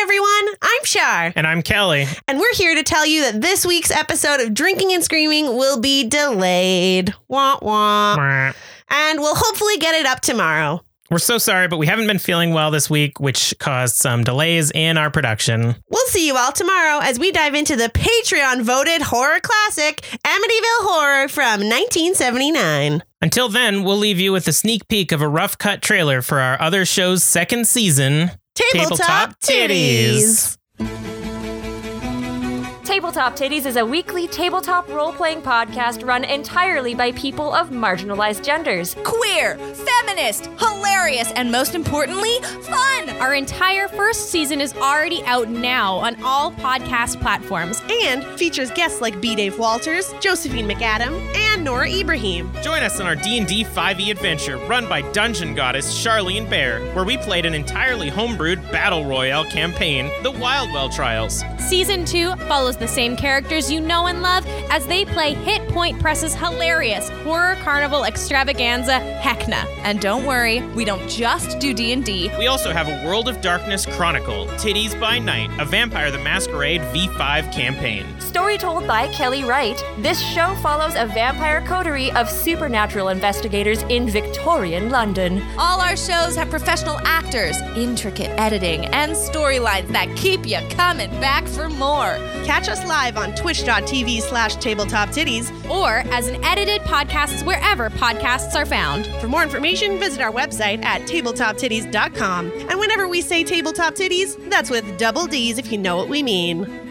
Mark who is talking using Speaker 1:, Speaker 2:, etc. Speaker 1: everyone. I'm Shar,
Speaker 2: And I'm Kelly.
Speaker 1: and we're here to tell you that this week's episode of Drinking and Screaming will be delayed. Wah wah.
Speaker 2: We're
Speaker 1: And we'll hopefully get it up tomorrow.
Speaker 2: so sorry, but we haven't been feeling well this week, which caused some delays in our production.
Speaker 1: We'll see you all tomorrow as we dive into the Patreon voted horror classic, Amityville Horror from 1979.
Speaker 2: Until then, we'll leave you with a sneak peek of a rough cut trailer for our other show's second season.
Speaker 1: Tabletop, titties.
Speaker 3: Tabletop Titties is a weekly tabletop role playing podcast run entirely by people of marginalized genders.
Speaker 4: queer, feminist, hilarious, and most importantly, fun.
Speaker 5: Our entire first season is already out now on all podcast platforms.
Speaker 1: And features guests like B. Dave Walters, Josephine McAdam, and Nora Ibrahim.
Speaker 2: Join us on our D&D 5e E adventure run by dungeon goddess Charlene Bear, where we played an entirely homebrewed battle royale campaign, the Wildwell Trials.
Speaker 5: Season 2 follows the same characters you know and love as they play Hit Point Press's hilarious horror carnival extravaganza, Heckna.
Speaker 4: And don't worry, we don't just do D&D.
Speaker 2: We also have a World of Darkness Chronicle, Titties by Night, a Vampire the Masquerade V5 campaign.
Speaker 3: Story told by Kelly Wright, this show follows a vampire coterie of supernatural investigators in Victorian London.
Speaker 4: All our shows have professional actors, intricate editing, and storylines that keep you coming back for more.
Speaker 1: Catch us live on twitch.tv slash tabletop titties.
Speaker 5: Or as an edited podcast wherever podcasts are found.
Speaker 1: For more information, visit our website at tabletoptitties.com. And whenever we say tabletop titties, that's with double D's if you know what we mean.